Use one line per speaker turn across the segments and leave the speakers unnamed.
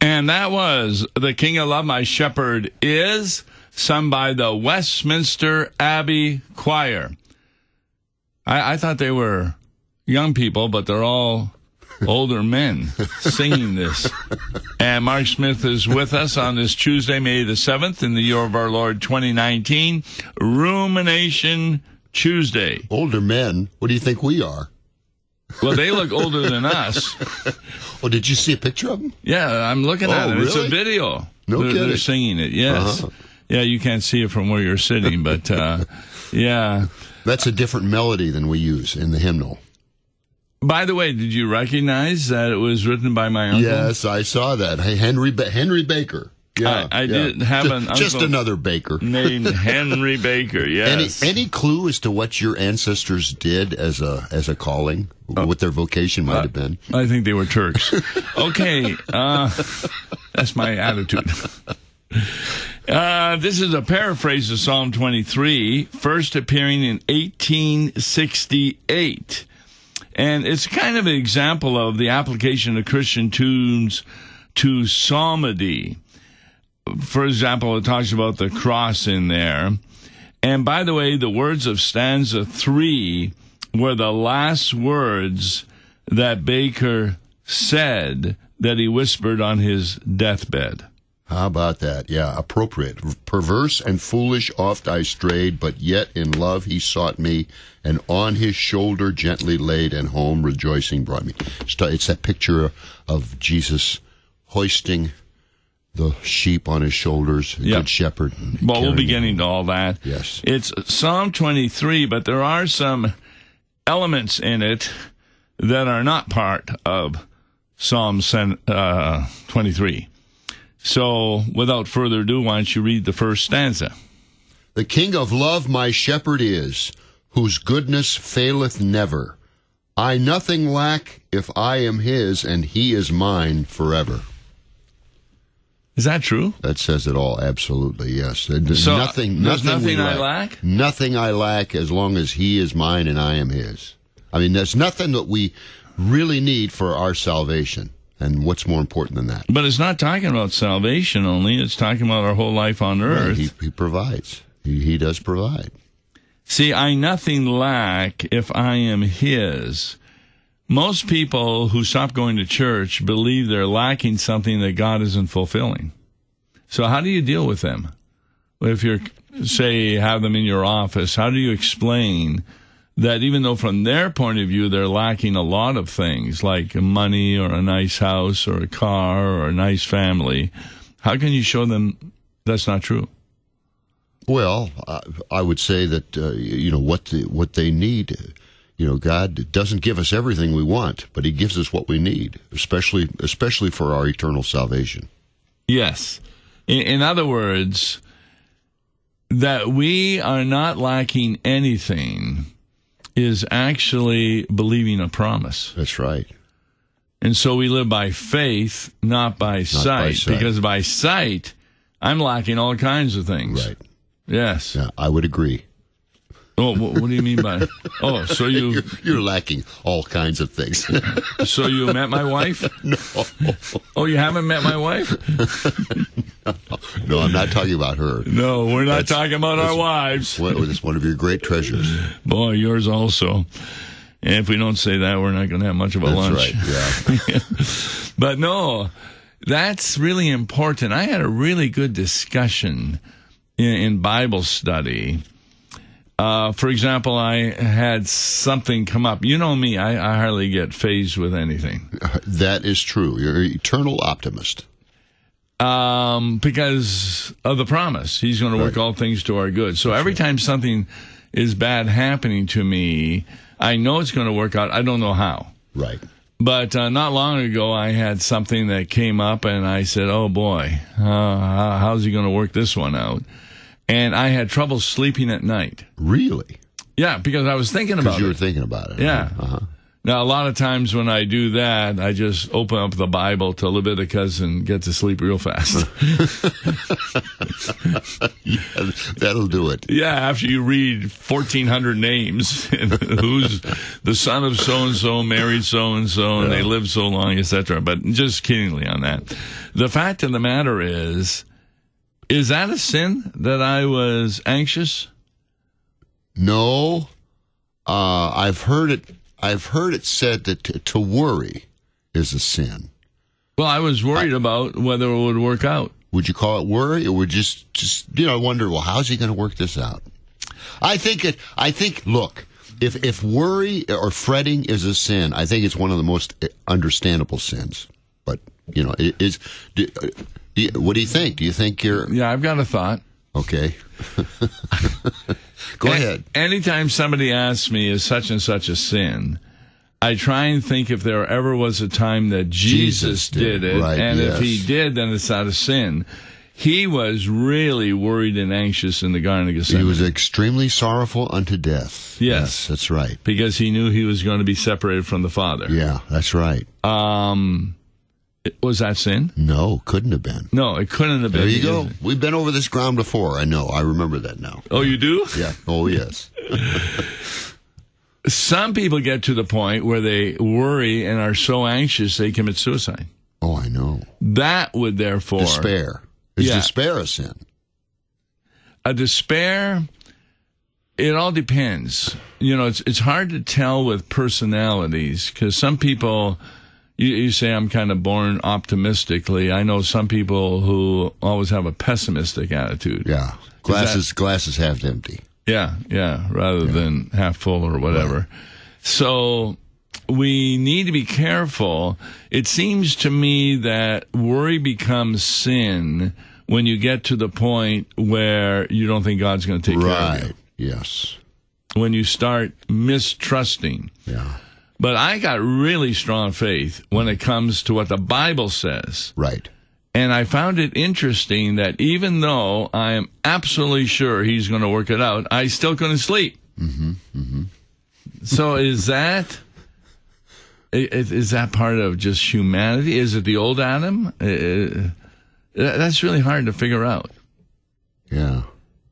And that was The King of Love, My Shepherd Is, sung by the Westminster Abbey Choir. I, I thought they were young people, but they're all older men singing this. And Mark Smith is with us on this Tuesday, May the 7th, in the year of our Lord 2019, Rumination Tuesday.
Older men, what do you think we are?
Well, they look older than us.
Well, Oh, did you see a picture of them?
Yeah, I'm looking at
Oh,
it. It's a
really?
video.
No
they're, they're
kidding.
singing it, yes.
Uh-huh.
Yeah, you can't see it from where you're sitting, but uh, yeah.
That's a different melody than we use in the hymnal.
By the way, did you recognize that it was written by my uncle?
Yes, I saw that. Hey, Henry ba- Henry Baker. Yeah,
I- I
yeah.
did have
Ju-
an
just,
uncle-
another Baker.
Named Henry Baker, yes.
Any any clue as to what your ancestors did as a as a calling,
Oh.
what their vocation
Uh,
might have been?
I think they were Turks. okay, uh, that's my attitude. Uh, this is a paraphrase of Psalm 23, first appearing in 1868. And it's kind of an example of the application of Christian tunes to psalmody. For example, it talks about the cross in there. And by the way, the words of stanza three were the last words that Baker said that he whispered on his deathbed.
How about that? Yeah, appropriate. Perverse and foolish oft I strayed, but yet in love he sought me, and on his shoulder gently laid, and home rejoicing brought me. It's t- It's that picture of Jesus hoisting the sheep on his shoulders, a
Yeah.
good shepherd. and
Well, we'll be
carrying
getting to all that.
Yes.
It's Psalm 23, but there are some elements in it that are not part of Psalm sen- uh, 23. So, without further ado, why don't you read the first stanza?
The King of love my shepherd is, whose goodness faileth never. I nothing lack if I am his, and he is mine forever.
Is that true?
That says it all. Absolutely, yes. There's
So,
nothing,
there's
nothing, we
nothing I
lack.
lack?
Nothing I lack, as long as He is mine and I am His. I mean, there's nothing that we really need for our salvation. And what's more important than that?
But it's not talking about salvation only. It's talking about our whole life on earth.
He, he provides. He, he does provide.
See, I nothing lack if I am His. Most people who stop going to church believe they're lacking something that God isn't fulfilling. So, how do you deal with them? If you're, say, have them in your office, how do you explain that even though from their point of view they're lacking a lot of things like money or a nice house or a car or a nice family, how can you show them that's not true?
Well, I, I would say that uh, you know what the, what they need. You know, God doesn't give us everything we want, but He gives us what we need, especially especially for our eternal salvation.
Yes. In, in other words, that we are not lacking anything is actually believing a promise.
That's right.
And so we live by faith, not by, sight,
sight.
because by sight, I'm lacking all kinds of things.
Right.
Yes.
Yeah, I would agree.
Oh, wh- what do you mean by? Oh, so you
You're, you're lacking all kinds of things.
so you met my wife? No. Oh, you haven't met my wife?
no, I'm not talking about her.
No, Oh, we're not
That's-
talking about our
that's-
wives.
It's one, it's one of your great treasures.
Boy, yours also. And if we don't say that, we're not going to have much of a
That's
lunch.
right. Yeah.
But no, that's really important. I had a really good discussion in, in Bible study. Uh, for example, I had something come up. You know me, I, I hardly get phased with anything.
that is true. You're an eternal optimist.
um, because of the promise. He's going to work
Right.
all things to our good. So every time something is bad happening to me, I know it's going to work out. I don't know how.
Right.
But uh, not long ago, I had something that came up, and I said, "Oh boy, uh, how- how's he going to work this one out?" And I had trouble sleeping at night.
Really?
Yeah, because I was thinking
Because
about
you were
it.
thinking about it.
Yeah.
huh? Uh-huh.
Now, a lot of times when I do that, I just open up the Bible to Leviticus and get to sleep real fast.
Yeah, that'll do it.
yeah, after you read 1,400 names and who's the son of so and so, married so and so, and they lived so long, etc. But just kiddingly on that. The fact of the matter is, is that a sin that I was anxious?
No, uh, I've heard it. I've heard it said that to, to worry is a sin.
Well, I was worried about whether it would work out.
Would you call it worry, or would just just you know? I wonder. Well, how's he going to work this out? I think it. I think. Look, if if worry or fretting is a sin, I think it's one of the most eh, understandable sins. But you know, it is. Do, uh, do you- what do you think? Do you think you're
Yeah, I've got a thought.
okay? Go ahead.
A- Anytime somebody asks me, is such and such a sin? I try and think if there ever was a time that Jesus,
Jesus did,
did, it,
right,
and
yes.
if he did, then it's not a sin. He was really worried and anxious in the Garden of
He
Gethsemane
was extremely sorrowful unto death.
Yes.
that's right.
because he knew he was going to be separated from the Father.
Yeah, that's right.
Um, it- was that sin?
No, couldn't have been.
No, it couldn't have been.
There you
because-
go. We've been over this ground before. I know. I remember that now.
Oh, you do?
Yeah. Oh, yes.
Some people get to the point where they worry and are so anxious they commit suicide.
Oh, I know.
That would therefore
Despair. Is
Yeah.
despair a sin?
a despair it all depends you know it's it's hard to tell with personalities because some people you, you say i'm kind of born optimistically i know some people who always have a pessimistic attitude
Yeah. Glasses, glasses half empty.
yeah, yeah, rather than half full or whatever. So we need to be careful. It seems to me that worry becomes sin when you get to the point where you don't think God's going to take care of
Right. Yes.
you. When you start mistrusting.
Yeah.
But I got really strong faith when it comes to what the Bible says.
Right.
And I found it interesting that even though I am absolutely sure he's going to work it out, I still couldn't sleep. Mm-hmm. Mm-hmm. so is that i- i- is that part of just humanity? Is it the old Adam? Uh, uh, that- That's really hard to figure out.
Yeah.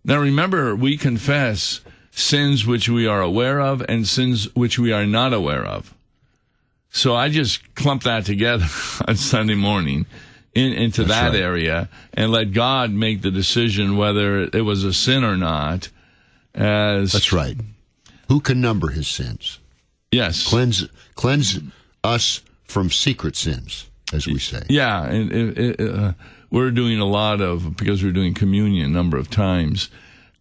Now remember, we confess sins which we are aware of and sins which we are not aware of. So I just clump that together on Sunday morning in, into that
right.
area and let God make the decision whether it was a sin or not. As
That's right. Who can number his sins?
yes,
Cleanse, cleanse us from secret sins, as we say.
yeah, and it, it, uh, we're doing a lot of because we're doing communion a number of times.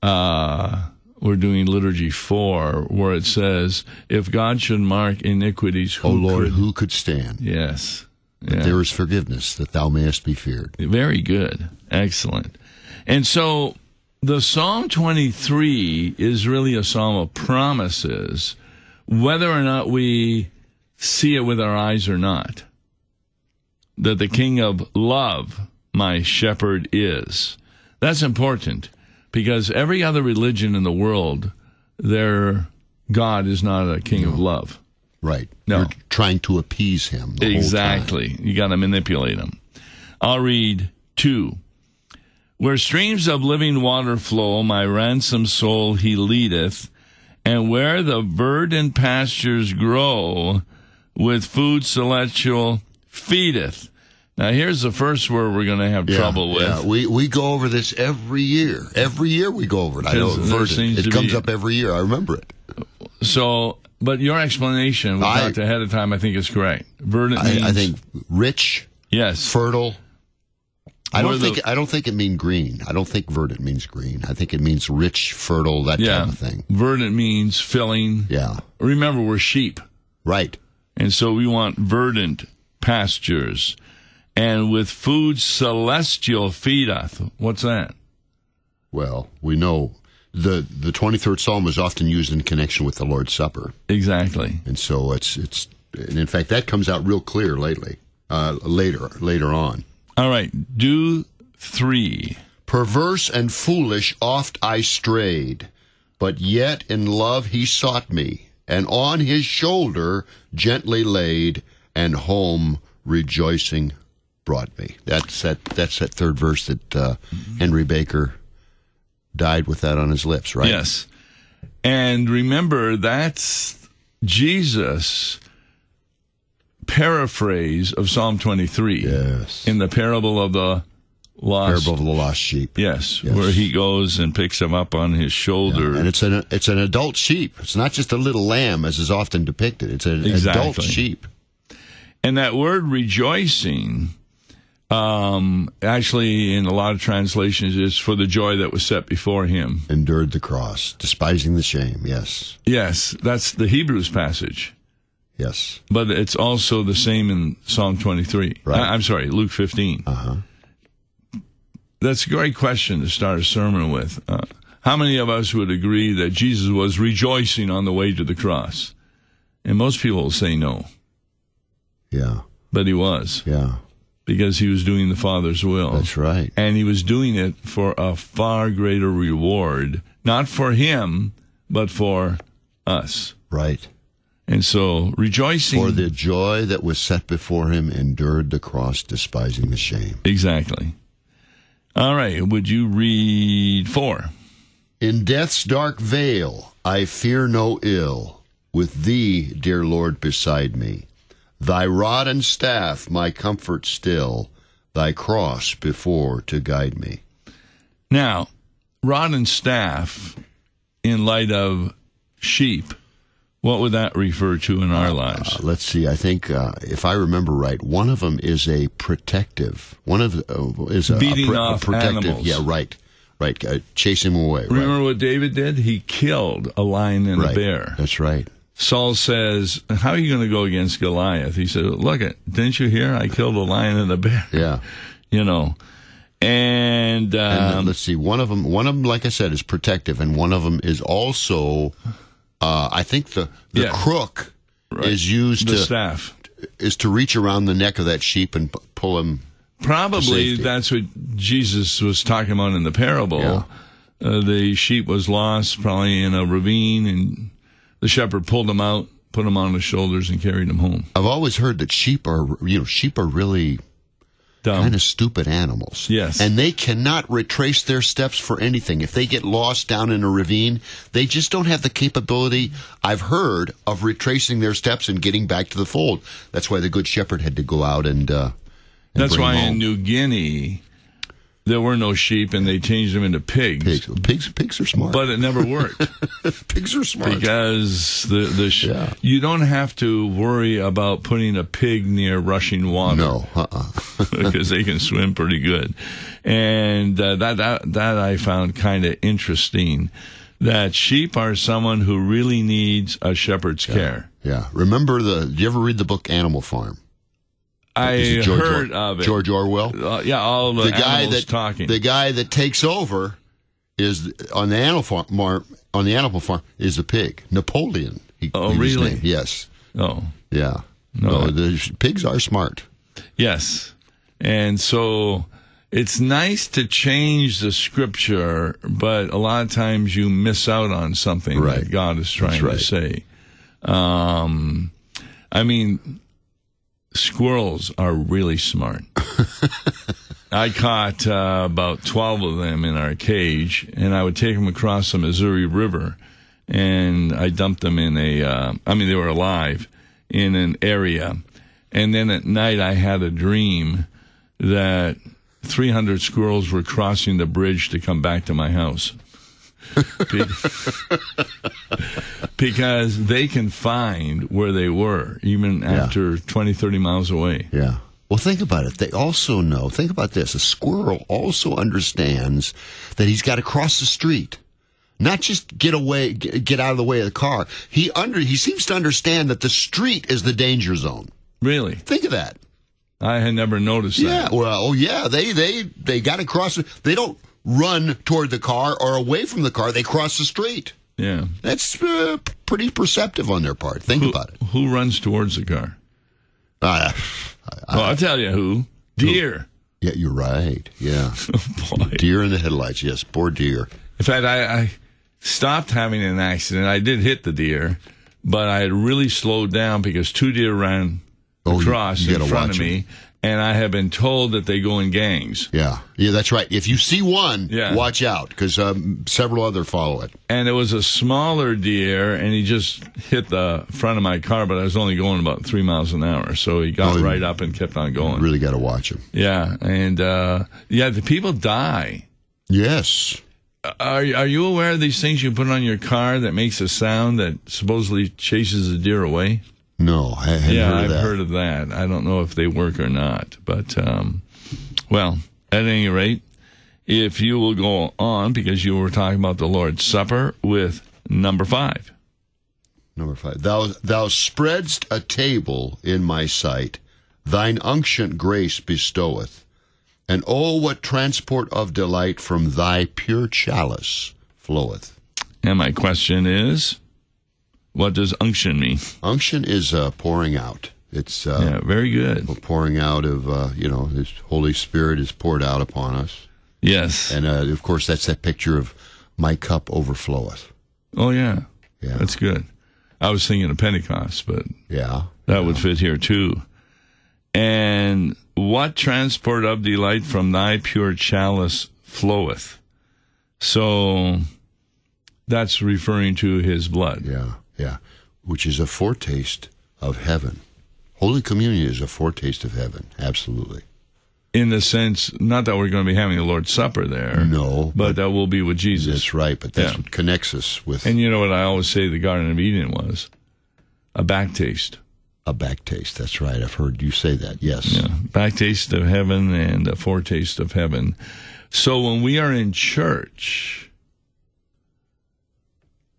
Uh, we're doing liturgy four, where it says, "If God should mark iniquities, who
O Oh, Lord,
could
who could stand?
Yes. Yeah.
There is forgiveness that thou mayest be feared.
Very good. Excellent. And so the Psalm 23 is really a psalm of promises, whether or not we see it with our eyes or not. That the King of love, my shepherd, is. That's important because every other religion in the world, their God is not a King of love.
Right.
No.
You're trying to appease him. The whole time.
Exactly. You got to manipulate them. I'll read two. Where streams of living water flow, my ransom soul he leadeth, and where the verdant pastures grow, with food celestial feedeth. Now here's the first word we're going to have
Yeah,
trouble with.
yeah. We we go over this every year. Every year we go over it. I know
Because there
verse,
seems
it
to
comes
be-
up every year. I remember it.
So, but your explanation, we
I-
talked ahead of time, I think is correct. Verdant means,
I, I think rich,
yes.
fertile. I
What
don't
are the-
think I don't think it means green. I don't think verdant means green. I think it means rich, fertile, that
yeah.
type of thing.
Verdant means filling.
Yeah.
Remember, we're sheep.
Right.
And so we want verdant pastures and with food celestial feedeth. What's that?
Well, we know the the twenty third psalm is often used in connection with the Lord's Supper.
Exactly.
and so it's it's and in fact that comes out real clear lately uh, later later on
All right. Do three.
perverse and foolish oft i strayed but yet in love he sought me and on his shoulder gently laid, and home rejoicing brought me. That's that. That's that third verse that uh,
Mm-hmm.
Henry Baker died with that on his lips, right?
Yes. And remember, that's Jesus' paraphrase of Psalm 23
Yes.
in the parable of the lost.
Parable of the lost sheep.
Yes,
Yes.
where he goes and picks him up on his shoulder.
And it's an it's an adult sheep. It's not just a little lamb as is often depicted. It's an adult
Exactly.
sheep.
And that word rejoicing, um, actually, in a lot of translations, is for the joy that was set before him.
Endured the cross, despising the shame. Yes.
Yes, that's the Hebrews passage,
Yes.
but it's also the same in Psalm 23.
Right.
I, am sorry, Luke 15.
Uh-huh.
That's a great question to start a sermon with. Uh, how many of us would agree that Jesus was rejoicing on the way to the cross? And most people will say no,
Yeah.
but he was
Yeah.
because he was doing the Father's will.
That's right.
and he was doing it for a far greater reward, not for him, but for us.
Right.
And so rejoicing.
For the joy that was set before him endured the cross, despising the shame.
exactly. All right. Would you read four?
In death's dark veil, I fear no ill. With thee, dear Lord, beside me. Thy rod and staff, my comfort still. Thy cross before to guide me.
Now, rod and staff, in light of sheep, what would that refer to in our lives?
Uh, let's see. I think, uh, if I remember right, one of them is a protective. One of the, uh, is a, a
Beating
pro-
off
a protective.
animals.
Yeah, right, right. Uh, chase him away. right,
Remember what David did? He killed a lion and
right.
a bear.
That's right.
Saul says, How are you going to go against Goliath? He said, Look, it, didn't you hear? I killed a lion and a bear.
Yeah.
you know. And,
And
um,
let's see, one of them, one of them, like I said, is protective, and one of them is also, uh, I think the the
Yeah.
crook is used
the
to
staff.
is to reach around the neck of that sheep and p- pull him.
Probably
safety.
that's what Jesus was talking about in the parable.
Yeah.
Uh, the sheep was lost, probably in a ravine, and the shepherd pulled him out, put him on his shoulders, and carried him home.
I've always heard that sheep are, you know, sheep are really
Dumb.
kind of stupid animals.
Um, Yes.
and they cannot retrace their steps for anything. If they get lost down in a ravine, they just don't have the capability. I've heard of retracing their steps and getting back to the fold. That's why the good shepherd had to go out and. Uh, and
that's
bring
why
home.
in New Guinea, there were no sheep, and they changed them into pigs.
Pigs, pigs, pigs are smart.
But it never worked
pigs are smart.
because the the sh-
Yeah.
you don't have to worry about putting a pig near rushing water.
no, uh-uh.
because they can swim pretty good. And uh, that, that that I found kind of interesting. That sheep are someone who really needs a shepherd's care.
yeah. Remember the? Did you ever read the book Animal Farm? Is
I
it George Or-
heard of it.
George Orwell.
Uh, yeah, all the,
the guy
animals
that
talking.
the guy that takes over is on the animal farm. Mar, on the animal farm is the pig Napoleon. He,
Oh,
he was
really?
named. Yes.
oh,
Yeah.
No.
No, the sh- pigs are smart.
yes. And so it's nice to change the scripture, but a lot of times you miss out on something
Right.
that God is trying
right.
to say. Um, I mean, squirrels are really smart. I caught uh, about 12 of them in our cage, and I would take them across the Missouri River, and I dumped them in a, uh, I mean, they were alive, in an area. And then at night, I had a dream that 300 squirrels were crossing the bridge to come back to my house. Be- because they can find where they were even after 20 30 miles away
Yeah. Well, think about it. They also know. Think about this. A squirrel also understands that he's got to cross the street, not just get away, get get out of the way of the car. He under he seems to understand that the street is the danger zone.
really
Think of that.
i had never noticed
Yeah.
that
Well, oh yeah. They they they got to cross. it. They don't run toward the car or away from the car. They cross the street.
yeah
That's uh, p- pretty perceptive on their part. Think about it.
who runs towards the car
Uh,
well i'll tell you who deer
yeah, you're right. Yeah,
oh boy
deer in the headlights. Yes, poor deer.
in fact i, I stopped having an accident i did hit the deer but I had really slowed down because two deer ran
Oh, you-
across
you
in
gotta
front
watch
of
'em.
me, and I have been told that they go in gangs.
Yeah, yeah, that's right. If you see one,
Yeah.
watch out because um, several other follow it.
And it was a smaller deer, and he just hit the front of my car, but I was only going about three miles an hour, so he got
Oh,
right up and kept on going.
Really got to watch them.
Yeah, and uh, yeah, the people die.
Yes.
Are are you aware of these things you put on your car that makes a sound that supposedly chases the deer away?
No, I hadn't
yeah,
heard of
I've
that.
heard of that. I don't know if they work or not, but um, well, at any rate, if you will go on because you were talking about the Lord's Supper with number five.
Number five. Thou thou spreadst a table in my sight, thine uncient grace bestoweth. And oh what transport of delight from thy pure chalice floweth.
And my question is, what does unction mean?
Unction is uh, pouring out. It's uh,
yeah, very good.
pouring out of uh, you know, his Holy Spirit is poured out upon us.
Yes.
And uh, of course that's that picture of my cup overfloweth.
oh yeah.
Yeah.
That's good. I was thinking of Pentecost, but
Yeah.
That would fit here too. And what transport of delight from thy pure chalice floweth? So that's referring to his blood.
Yeah, yeah. Which is a foretaste of heaven. Holy Communion is a foretaste of heaven. Absolutely.
In the sense, not that we're going to be having the Lord's Supper there,
No,
but that will be with Jesus.
that's right. But that's
Yeah.
what connects us with
And you know what I always say the Garden of Eden was? A back taste.
a back taste. That's right. I've heard you say that. Yes.
Yeah, uh, back taste of heaven and a foretaste of heaven. So when we are in church,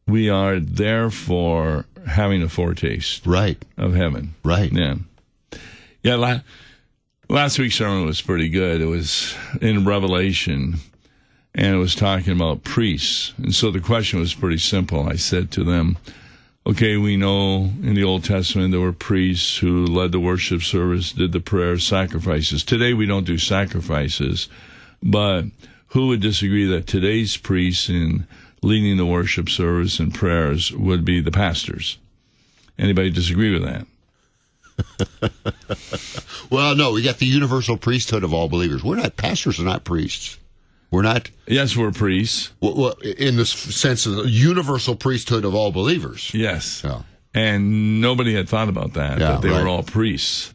we are therefore having a foretaste
Right.
of heaven.
Right.
Yeah, yeah. La- last week's sermon was pretty good. It was in Revelation, and it was talking about priests. And so the question was pretty simple. I said to them, okay, we know in the Old Testament there were priests who led the worship service, did the prayers, sacrifices. Today we don't do sacrifices, but who would disagree that today's priests in leading the worship service and prayers would be the pastors? Anybody disagree with that?
Well, no, we got the universal priesthood of all believers. We're not pastors. Are not priests. We're not
Yes, we're priests.
well, well, in the s- sense of the universal priesthood of all believers. Oh,
Yes.
So,
And nobody had thought about that,
Yeah,
that they
right.
were all priests.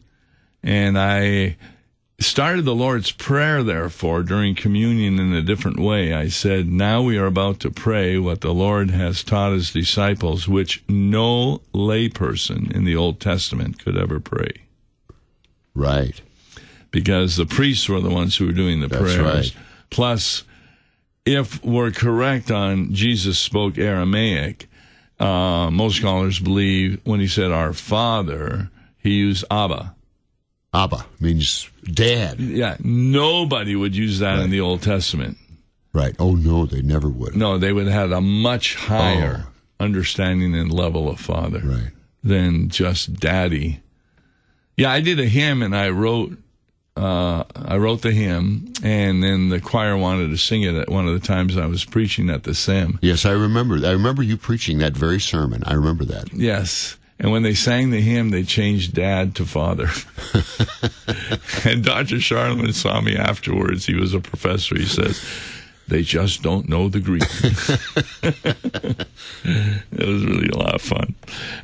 And I started the Lord's Prayer, therefore, during communion in a different way. I said, Now we are about to pray what the Lord has taught his disciples, which no layperson in the Old Testament could ever pray.
right.
Because the priests were the ones who were doing the
That's
prayers.
right.
Plus, if we're correct on Jesus spoke Aramaic, uh, most scholars believe when he said our father, he used Abba.
Abba means dad.
Yeah, nobody would use that in the Old Testament.
Right. Oh no, they never would.
No, they would have had a much higher understanding and level of father
Oh. Right.
than just daddy. Yeah, I did a hymn and I wrote uh, I wrote the hymn and then the choir wanted to sing it at one of the times I was preaching at the Sim.
Yes, I remember. I remember you preaching that very sermon. I remember that.
Yes. And when they sang the hymn, they changed dad to father. and Dr. Charlemagne saw me afterwards. He was a professor. He says, they just don't know the Greek. it was really a lot of fun.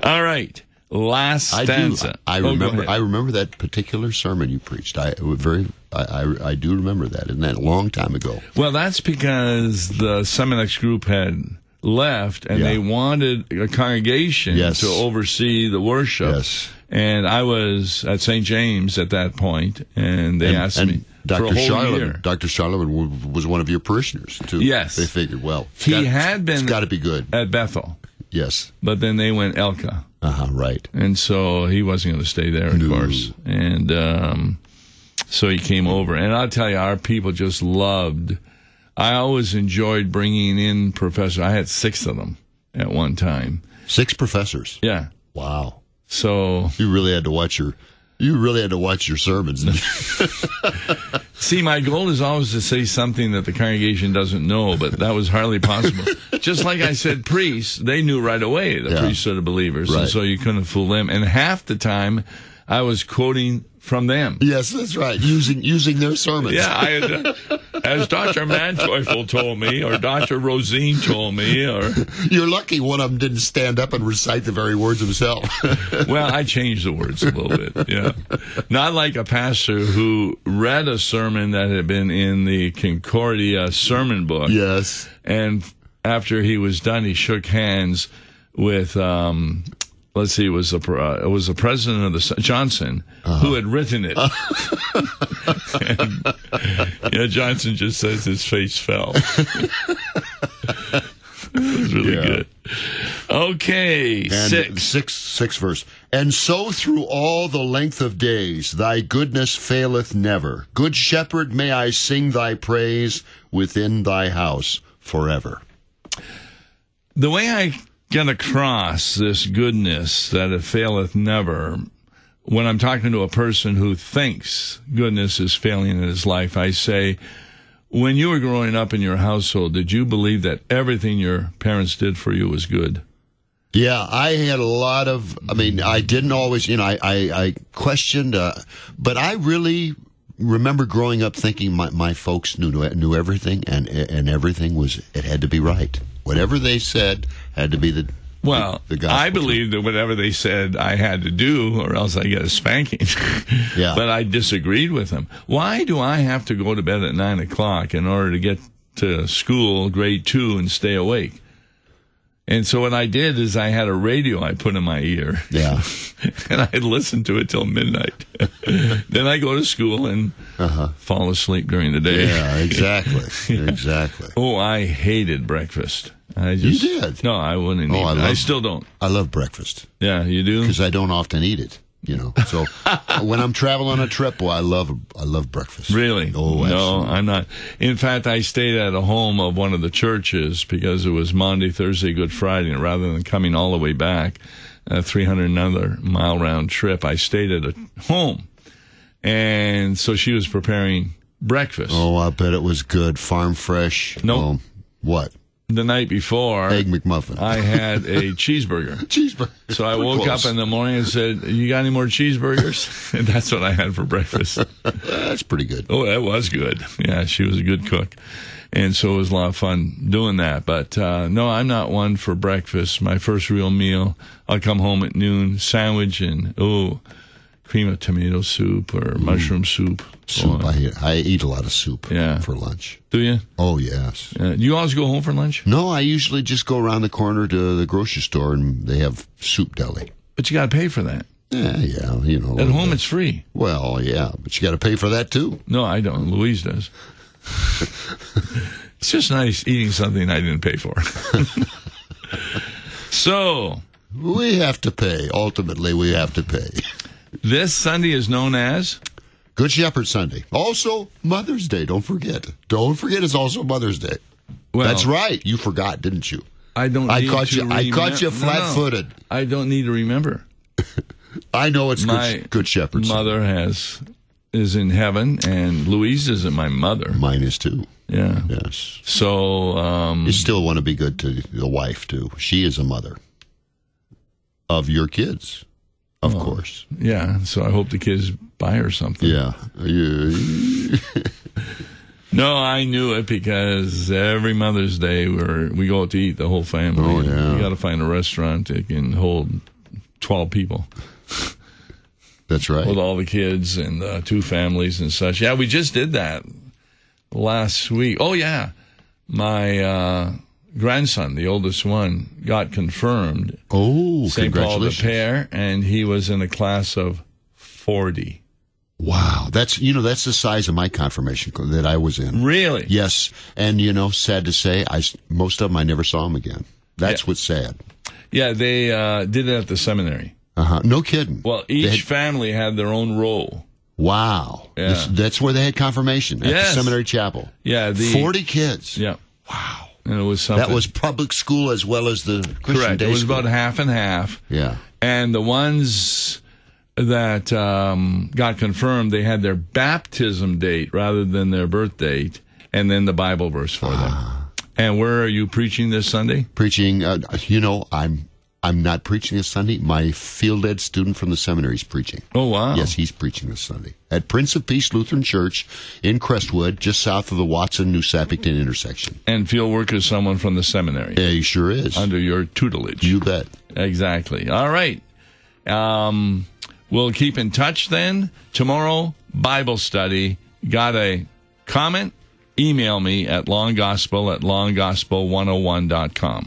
All right. Last
I
stanza.
do. I I
Oh, go
remember.
ahead.
I remember that particular sermon you preached. I it was very. I, I, I do remember that, and that a long time ago.
Well, that's because the Seminex group had left and
Yeah.
they wanted a congregation
Yes.
to oversee the worship.
Yes.
And I was at St. James at that point, and they asked
and
me for a
Dr.
whole
Charlemagne,
year.
Dr. Charlemagne w- was one of your parishioners too.
Yes.
they figured. Well, it's
He
gotta-
had been-
It's got to be good.
at Bethel,
Yes.
but then they went Elka,
Uh huh. Right.
and so he wasn't going to stay there, of
No.
course. And um, so he came over, and I'll tell you, our people just loved. I always enjoyed bringing in professors. I had six of them at one time.
Six professors.
Yeah.
Wow.
So
You really had to watch your. You really had to watch your sermons.
See, my goal is always to say something that the congregation doesn't know, but that was hardly possible. Just like I said, priests, they knew right away the
Yeah.
priesthood of believers, and
Right.
so you couldn't fool them. And half the time, I was quoting from them.
Yes, that's right. Using using their sermons.
Yeah, I, as Dr. Manteufel told me, or Dr. Rosine told me, or
You're lucky one of them didn't stand up and recite the very words himself.
well, I changed the words a little bit. Yeah. Not like a pastor who read a sermon that had been in the Concordia sermon book.
yes.
And after he was done, he shook hands with, um, let's see, it was the, pr- uh, it was the president of the, s- Johnson,
Uh-huh.
who had written it. And, yeah, Johnson just says his face fell. it was really
Yeah.
good. Okay,
And
six.
six sixth verse. And so through all the length of days thy goodness faileth never. Good shepherd may I sing thy praise within thy house forever.
the way I get across this goodness that it faileth never, when I'm talking to a person who thinks goodness is failing in his life, I say, when you were growing up in your household, did you believe that everything your parents did for you was good?
Yeah, I had a lot of. I mean, I didn't always, you know, I I, I questioned, uh, but I really remember growing up thinking my, my folks knew knew everything, and and everything was it had to be right. Whatever they said had to be the
Well,
The gospel
I believed that whatever they said I had to do, or else I get a spanking.
Yeah.
But I disagreed with them. Why do I have to go to bed at nine o'clock in order to get to school, grade two, and stay awake? And so what I did is I had a radio I put in my ear,
yeah
and I listened to it till midnight. then I go to school and fall asleep during the day.
Uh-huh. yeah exactly exactly.
Oh, I hated breakfast. I just
did?
No, I wouldn't.
Oh,
eat
I
it. I
love-
still don't.
I love breakfast
Yeah, you do.
because I don't often eat it. You know, so when I'm traveling on a trip, well, I love I love breakfast.
Really?
Oh,
no,
absolutely.
I'm not. In fact, I stayed at a home of one of the churches because it was Monday, Thursday, Good Friday, and rather than coming all the way back, a 300 another mile round trip, I stayed at a home, and so she was preparing breakfast
Oh, I bet it was good. Farm fresh.
Nope.
Um, what?
the night before.
Egg McMuffin.
I had a cheeseburger.
cheeseburger.
So I woke up in the morning and said, "You got any more cheeseburgers?" and that's what I had for breakfast.
that's pretty good.
Oh, that was good. Yeah, she was a good cook. And so it was a lot of fun doing that. But uh, no, I'm not one for breakfast. My first real meal, I'll come home at noon, sandwich and, oh, cream of tomato soup or mushroom soup.
Soup.
Boy.
I eat, I eat a lot of soup
Yeah.
for lunch.
Do you?
Oh yes.
Uh, do you always go home for lunch?
No, I usually just go around the corner to the grocery store and they have soup deli.
But you got to pay for that.
Yeah, yeah, you know.
At home, it's free.
Well, yeah, but you got to pay for that too.
No, I don't. Louise does. it's just nice eating something I didn't pay for. so,
We have to pay. Ultimately, we have to pay.
this Sunday is known as.
Good Shepherd Sunday. Also Mother's Day. Don't forget. Don't forget. It's also Mother's Day.
Well,
That's right. You forgot, didn't you?
I don't.
I
need
caught
to
you- I
remem-
caught you
No, no.
flat-footed.
I don't need to remember.
I know it's
My
good, good Shepherd. Sunday.
Mother has is in heaven, and Louise isn't my mother.
Mine is too.
Yeah.
Yes.
So um,
You still want to be good to the wife too. She is a mother of your kids, of
Oh.
course.
yeah. So I hope the kids buy her something.
Yeah. You-
No, I knew it because every Mother's Day we're we go out to eat the whole family.
Oh, yeah.
You got to find a restaurant that can hold twelve people.
That's right.
with all the kids and uh, two families and such. Yeah, we just did that last week. Oh yeah, my uh, grandson, the oldest one, got confirmed.
Oh,
St. Paul de
congratulations!
Pere, and he was in a class of forty.
Wow, that's you know that's the size of my confirmation co- that I was in.
Really?
Yes, and you know, sad to say, I s- most of them I never saw them again. That's what's sad.
Yeah, they uh, did it at the seminary.
Uh huh. No kidding.
Well,
They
each
had-
family had their own role.
wow.
Yeah.
This- that's where they had confirmation at
Yes.
the seminary chapel.
Yeah, the
Forty kids.
Yeah. Wow. And it was something.
That was public school as well as the Christian
correct.
day
It was
school.
about half and half.
yeah.
and the ones that um, got confirmed, they had their baptism date rather than their birth date, and then the Bible verse for
Ah.
them. And where are you preaching this Sunday?
Preaching, uh, you know, I'm I'm not preaching this Sunday. My field ed student from the seminary is preaching.
Oh wow!
Yes, he's preaching this Sunday at Prince of Peace Lutheran Church in Crestwood, just south of the Watson New Sappington intersection.
And field work is someone from the seminary
Yeah, he sure is.
under your tutelage.
you bet.
Exactly. All right. Um, we'll keep in touch then. Tomorrow, Bible study. Got a comment? Email me at longgospel oh at longgospel101.com.